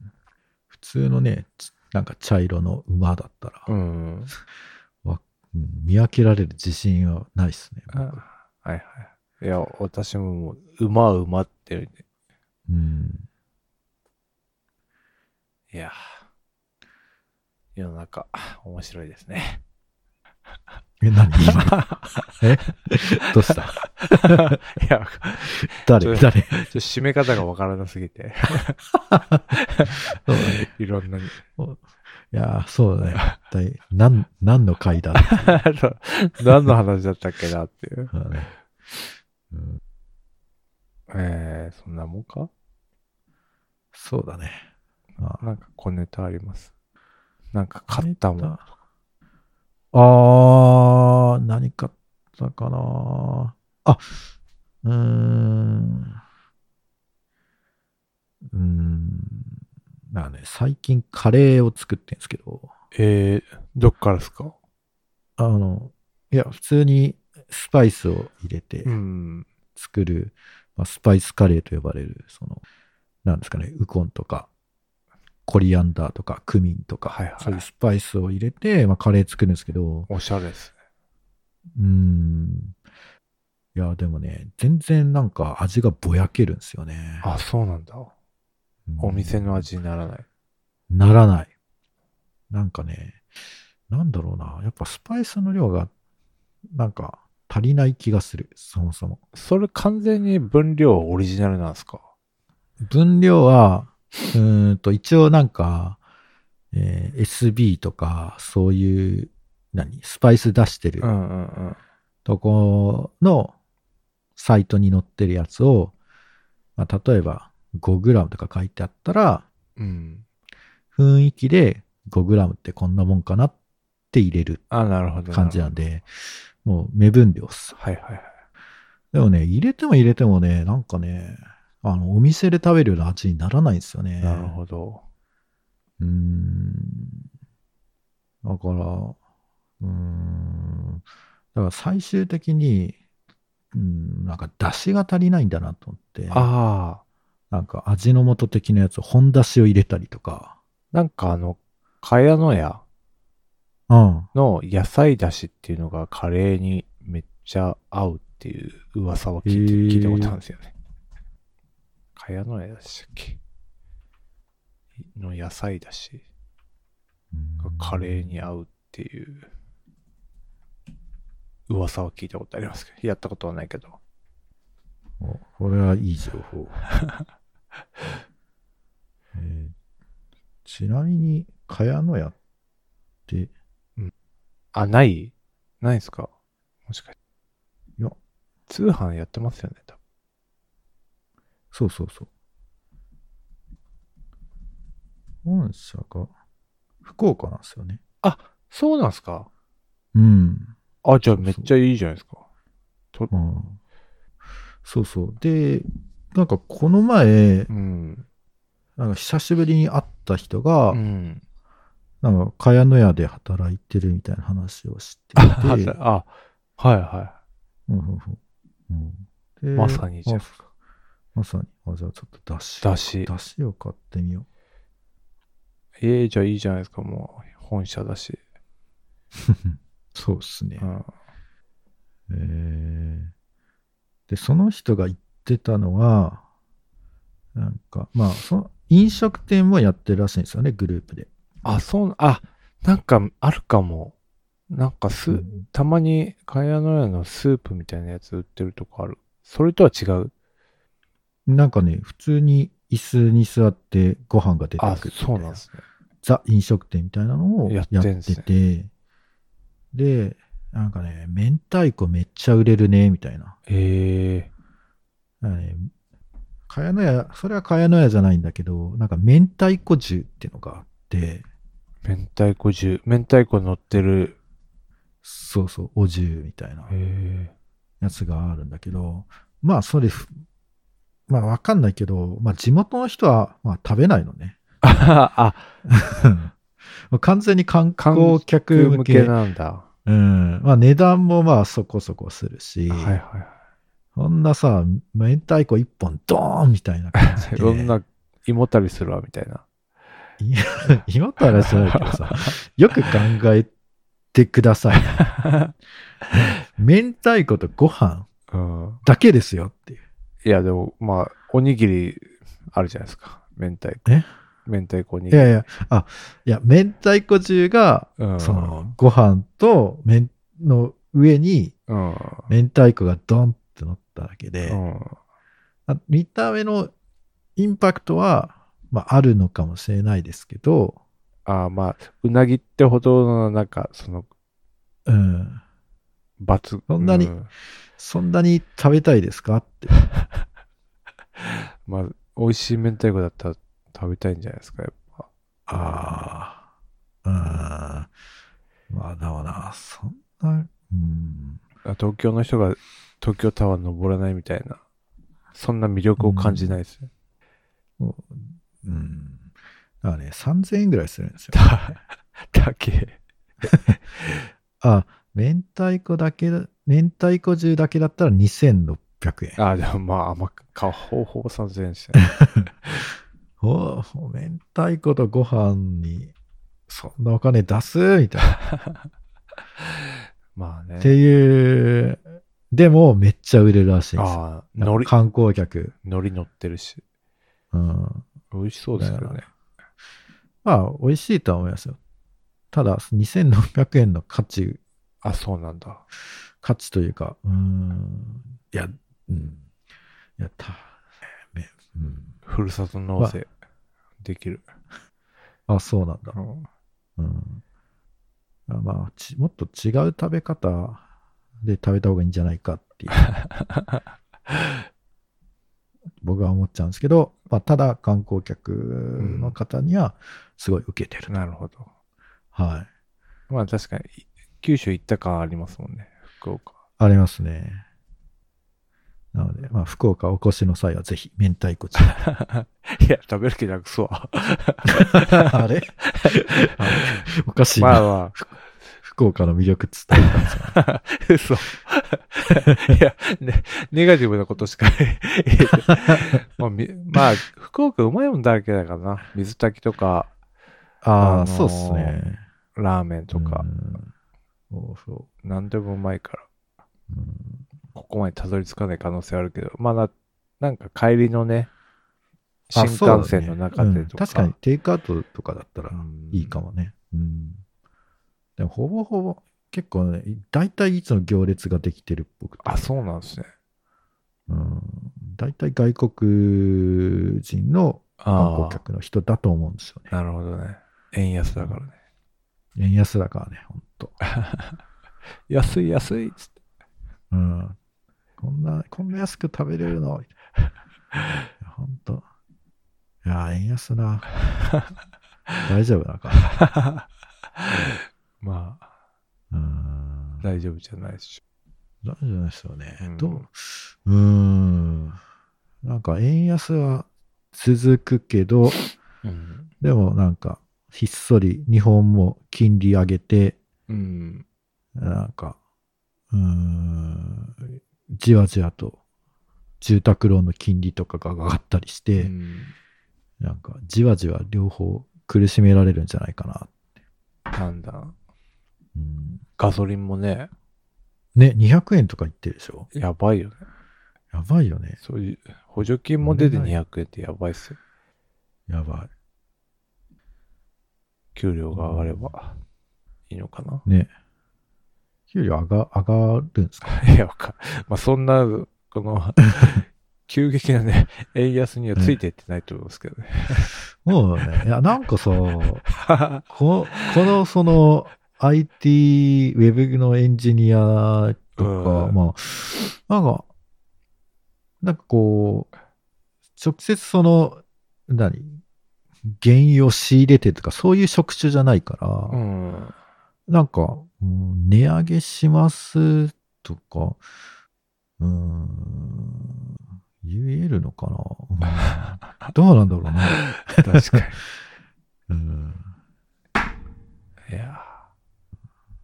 Speaker 2: 普通のね、ちなんか茶色の馬だったら、
Speaker 1: うん。
Speaker 2: うん見分けられる自信はないっすね。
Speaker 1: あ
Speaker 2: 僕
Speaker 1: はいはい。いや、私ももう、馬は馬って、
Speaker 2: うん。
Speaker 1: いや、世の中、面 白いですね。
Speaker 2: え、何今のえどうした
Speaker 1: いや、
Speaker 2: 誰
Speaker 1: そ
Speaker 2: 誰
Speaker 1: ちょっと締め方がわからなすぎて、
Speaker 2: そうだね
Speaker 1: いろんなに。
Speaker 2: いやー、そうだね。一体何、何の回だ
Speaker 1: そう何の話だったっけなっていう。
Speaker 2: そうだねうん
Speaker 1: えー、そんなもんか
Speaker 2: そうだね。あ
Speaker 1: なんか小ネタあります。なんか買ったもん。
Speaker 2: あー、何買ったかなあ、うーん。うーん。なんかね、最近カレーを作ってんですけど、
Speaker 1: えー、どっからですか
Speaker 2: あの、いや、普通にスパイスを入れて
Speaker 1: うん。
Speaker 2: 作る、まあ、スパイスカレーと呼ばれる、その、なんですかね、ウコンとか、コリアンダーとか、クミンとか、
Speaker 1: はいはい
Speaker 2: そういうスパイスを入れて、まあ、カレー作るんですけど、
Speaker 1: おしゃれです
Speaker 2: うーん。いや、でもね、全然なんか味がぼやけるんですよね
Speaker 1: ね。。あ、そうなんだ。
Speaker 2: うん
Speaker 1: お店の味にならない。
Speaker 2: ならない。なんかね、なんだろうな。やっぱスパイスの量が、なんか足りない気がする。そもそも。
Speaker 1: それ完全に分量オリジナルなんですか
Speaker 2: 分量は、うーんと、一応なんか、えー SB とか、そういう、何スパイス出してる
Speaker 1: うんうんうん。
Speaker 2: とこのサイトに載ってるやつを、まあ、例えば 5g とか書いてあったら、
Speaker 1: うん。
Speaker 2: 雰囲気で 5g ってこんなもんかなって入れる
Speaker 1: あ、なるほど。
Speaker 2: 感じなん
Speaker 1: で。
Speaker 2: で、もう目分量っす。
Speaker 1: はいはいはい。
Speaker 2: でもね、入れても入れてもね、なんかね、あの、お店で食べるような味にならないんですよね。
Speaker 1: なるほど。
Speaker 2: うーん。だから、うーん。だから最終的に、うん、なんか出汁が足りないんだなと思って、
Speaker 1: ああ、
Speaker 2: なんか味の素的なやつ、本出汁を入れたりとか、
Speaker 1: なんかあの、かやのや
Speaker 2: うん。
Speaker 1: の野菜だしっていうのがカレーにめっちゃ合うっていう噂を聞いて、
Speaker 2: へー
Speaker 1: 聞いたことあるんですよね。かやのやでしたっけの野菜だしがカレーに合うっていう噂を聞いたことありますけど、やったことはないけど。
Speaker 2: おこれはいい情報。 えーちなみに、茅野屋って、い
Speaker 1: あ、ないないですかもしかして。
Speaker 2: や、
Speaker 1: 通販やってますよね、多分。
Speaker 2: そうそうそう。本社が福岡なんですよね。
Speaker 1: そうなんすか
Speaker 2: うん。
Speaker 1: あ、じゃあめっちゃいいじゃないですか。
Speaker 2: うん、そうそう。で、なんかこの前、
Speaker 1: うん。
Speaker 2: なんか久しぶりに会った人が、
Speaker 1: うん。
Speaker 2: なんか茅野屋で働いてるみたいな話をして
Speaker 1: あ、
Speaker 2: いて、
Speaker 1: あはいは
Speaker 2: うんうんうんうんで
Speaker 1: まさにじゃん
Speaker 2: あまさに。あ、じゃあちょっとだし。
Speaker 1: い。だし。
Speaker 2: だしを買ってみよ
Speaker 1: ええじゃあいいじゃないですか、もう。本社だし。
Speaker 2: う。そうですね
Speaker 1: う。ん。
Speaker 2: えーで、その人が言ってたのは、なんか、まあ、その飲食店もやってるらしいんですよね、グループで。
Speaker 1: あ、そうな、あ、なんかあるかも。なんかす、
Speaker 2: うん
Speaker 1: たまに、かやのやのスープみたいなやつ売ってるとこある。それとは違う。
Speaker 2: なんかね、普通に椅子に座ってご飯が出てくる
Speaker 1: あ、
Speaker 2: みたい
Speaker 1: そうなんですね。
Speaker 2: ザ飲食店みたいなのを
Speaker 1: や
Speaker 2: や
Speaker 1: っ
Speaker 2: ってて
Speaker 1: んす
Speaker 2: て、
Speaker 1: ね
Speaker 2: で、なんかね、明太子めっちゃ売れるね、みたいな。
Speaker 1: ええ
Speaker 2: だからね、かやのや、それはかやのやじゃないんだけど、なんか明太子重っていうのがあって、
Speaker 1: 明太子重。明太子乗ってる。
Speaker 2: そうそう、お重みたいな
Speaker 1: へえ
Speaker 2: やつがあるんだけど、まあ、それ、ふまあ、わかんないけど、まあ、地元の人は、まあ、食べないのね。
Speaker 1: あ、
Speaker 2: もう完全に観光客
Speaker 1: 空
Speaker 2: 向
Speaker 1: 向
Speaker 2: け。
Speaker 1: けなんだ。
Speaker 2: うん。まあ、値段もまあ、そこそこするし、
Speaker 1: はいはいはい。
Speaker 2: そんなさ、明太子一本ドーンみたいな感じで。
Speaker 1: そんな、胃もたりするわ、みたいな。
Speaker 2: 今からじゃないけどさ、よく考えてください。 明太子とご飯
Speaker 1: うん。
Speaker 2: だけですよっていう。
Speaker 1: いや、でも、まあ、おにぎり、あるじゃないですか。明太子。
Speaker 2: え
Speaker 1: 明太子おにぎ
Speaker 2: い
Speaker 1: り。
Speaker 2: やいや、あ、いや、明太子中が、
Speaker 1: うん。
Speaker 2: その、ご飯と、麺の上に、
Speaker 1: うん。
Speaker 2: 明太子がドンってなっただけで、
Speaker 1: うん
Speaker 2: あ見た目のインパクトは、まあ、あるのかもしれないですけど、
Speaker 1: ああ、まあ、うなぎってほどの、なんか、その、
Speaker 2: うん、
Speaker 1: 罰。
Speaker 2: そんなに
Speaker 1: う
Speaker 2: そんなに食べたいですかって。
Speaker 1: まあ、美味しい明太子だったら食べたいんじゃないですか、やっぱ。
Speaker 2: ああ、うん。まあ、だもな、そんな、うん。
Speaker 1: あ東京の人が東京タワー登らないみたいな、そんな魅力を感じないですね。
Speaker 2: うん。だからね、3000円ぐらいする んですよ。
Speaker 1: だけ。
Speaker 2: あ、明太子だけだ、明太子重だけだったら2600円。
Speaker 1: ああ、でもまあ、甘く、かほぼほぼ3000円ですね。
Speaker 2: おお、明太子とご飯に、そんなお金出すみたいな。
Speaker 1: まあね。
Speaker 2: っていう、でも、めっちゃ売れるらしいんですよ。
Speaker 1: ああ、海苔、
Speaker 2: 観光客。
Speaker 1: 海苔乗ってるし。
Speaker 2: うん。
Speaker 1: 美味しそうですけど
Speaker 2: だ
Speaker 1: ね。
Speaker 2: まあ、美味しいとは思いますよ。ただ、2600円の価値、
Speaker 1: あ、そうなんだ。
Speaker 2: 価値というか、うーん。いや、うん。いやった。めうん、
Speaker 1: ふるさと納税できる。
Speaker 2: あ、そうなんだ。
Speaker 1: うん
Speaker 2: うん。あまあち、もっと違う食べ方で食べた方がいいんじゃないか っていう。僕は思っちゃうんですけど、まあ、ただ観光客の方にはすごい受けてる。
Speaker 1: なるほど。
Speaker 2: はい。
Speaker 1: まあ確かに、九州行った感ありますもんね。福岡。
Speaker 2: ありますね。なので、まあ、福岡お越しの際はぜひ、明太子ち ゃん
Speaker 1: いや、食べる気なくそう。
Speaker 2: あれあおかしいな、
Speaker 1: まあま
Speaker 2: 福岡の魅力っつって。
Speaker 1: あ、嘘。 いや、ね、ネガティブなことしか言えて まあ、みまあ、福岡うまいもんだらけだからな。水炊きとか、
Speaker 2: あ
Speaker 1: あの
Speaker 2: あ、
Speaker 1: ー
Speaker 2: そうっすね。
Speaker 1: ラーメンとか
Speaker 2: う、ん。そうそ
Speaker 1: 何でもうまいから、
Speaker 2: う。うん
Speaker 1: ここまでたどり着かない可能性あるけど、まあな、なんか帰りのね、新
Speaker 2: あそうだね
Speaker 1: 幹線の中でとか。
Speaker 2: うん確かにテイクアウトとかだったら
Speaker 1: うん
Speaker 2: いいかもね。うん。でもほぼほぼ結構ね、大体いつも行列ができてるっぽくて。
Speaker 1: あ、そうなんですね。
Speaker 2: うん。大体外国人の観光
Speaker 1: あ
Speaker 2: 客の人だと思うんですよね。
Speaker 1: あ、なるほどね。円安だからね。
Speaker 2: 円安だからね、ほんと。
Speaker 1: 安い安いっつって。
Speaker 2: うん。こんな、こんな安く食べれるの。 ほんと。いやー、円安な。 大丈夫なのか。
Speaker 1: まあ、
Speaker 2: うん。
Speaker 1: 大丈夫じゃないでし
Speaker 2: なんじゃないですよね。
Speaker 1: うん
Speaker 2: どううーん。なんか円安は続くけど、
Speaker 1: ょ。うん。
Speaker 2: でもなんかひっそり日本も金利上げて、
Speaker 1: うん。
Speaker 2: なんか、うーん、じわじわと住宅ローンの金利とかが上がったりして、なんかじわじわ両方苦しめられるんじゃないかな。
Speaker 1: なんだ。
Speaker 2: うん、
Speaker 1: ガソリンもね、
Speaker 2: ね、200円とか言ってるでしょ
Speaker 1: やばいよね。
Speaker 2: やばいよね。
Speaker 1: そういう、補助金も出て
Speaker 2: お願い
Speaker 1: 200円ってやばいっすよ。
Speaker 2: やば
Speaker 1: 給料が上がればいいのかな。
Speaker 2: い。ね。給料上が上がるんですか
Speaker 1: いや、わかまあ、そんな、こ の、急激なね、円安にはついていってないと思うんですけどね。
Speaker 2: もうね、いや、なんかさ、この、この、その、IT、ウェブのエンジニアとか、
Speaker 1: うん
Speaker 2: まあ、なんか、なんかこう、直接その、何原油を仕入れてとか、そういう職種じゃないか ら、
Speaker 1: うん。
Speaker 2: なんか、うん値上げしますとか、うーん、言えるのか な、うんどうなんだろうな。
Speaker 1: 確かに。
Speaker 2: うん
Speaker 1: いや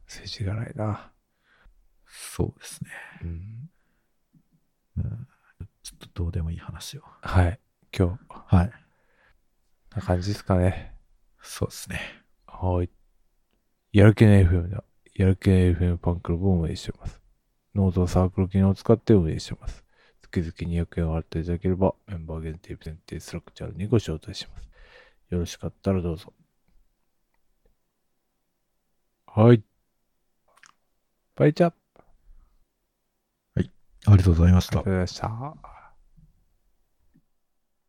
Speaker 1: ー、世知がないな。
Speaker 2: そうですね。
Speaker 1: うん。
Speaker 2: うんちょっとどうでもいい話を。
Speaker 1: はい。今日、こ
Speaker 2: はい。
Speaker 1: んな感じですかね。
Speaker 2: そうですね。
Speaker 1: はい。やる気ない FM では、やる気ない FM ファンクラブを運営しています。ノートサークル機能を使って運営しています。月々200円を払っていただければ、メンバー限定限定スラックチャンネルにご招待します。よろしかったらどうぞ。はい。バイチャ
Speaker 2: あありがとうございまし
Speaker 1: ありが
Speaker 2: た
Speaker 1: とうご。ざいました。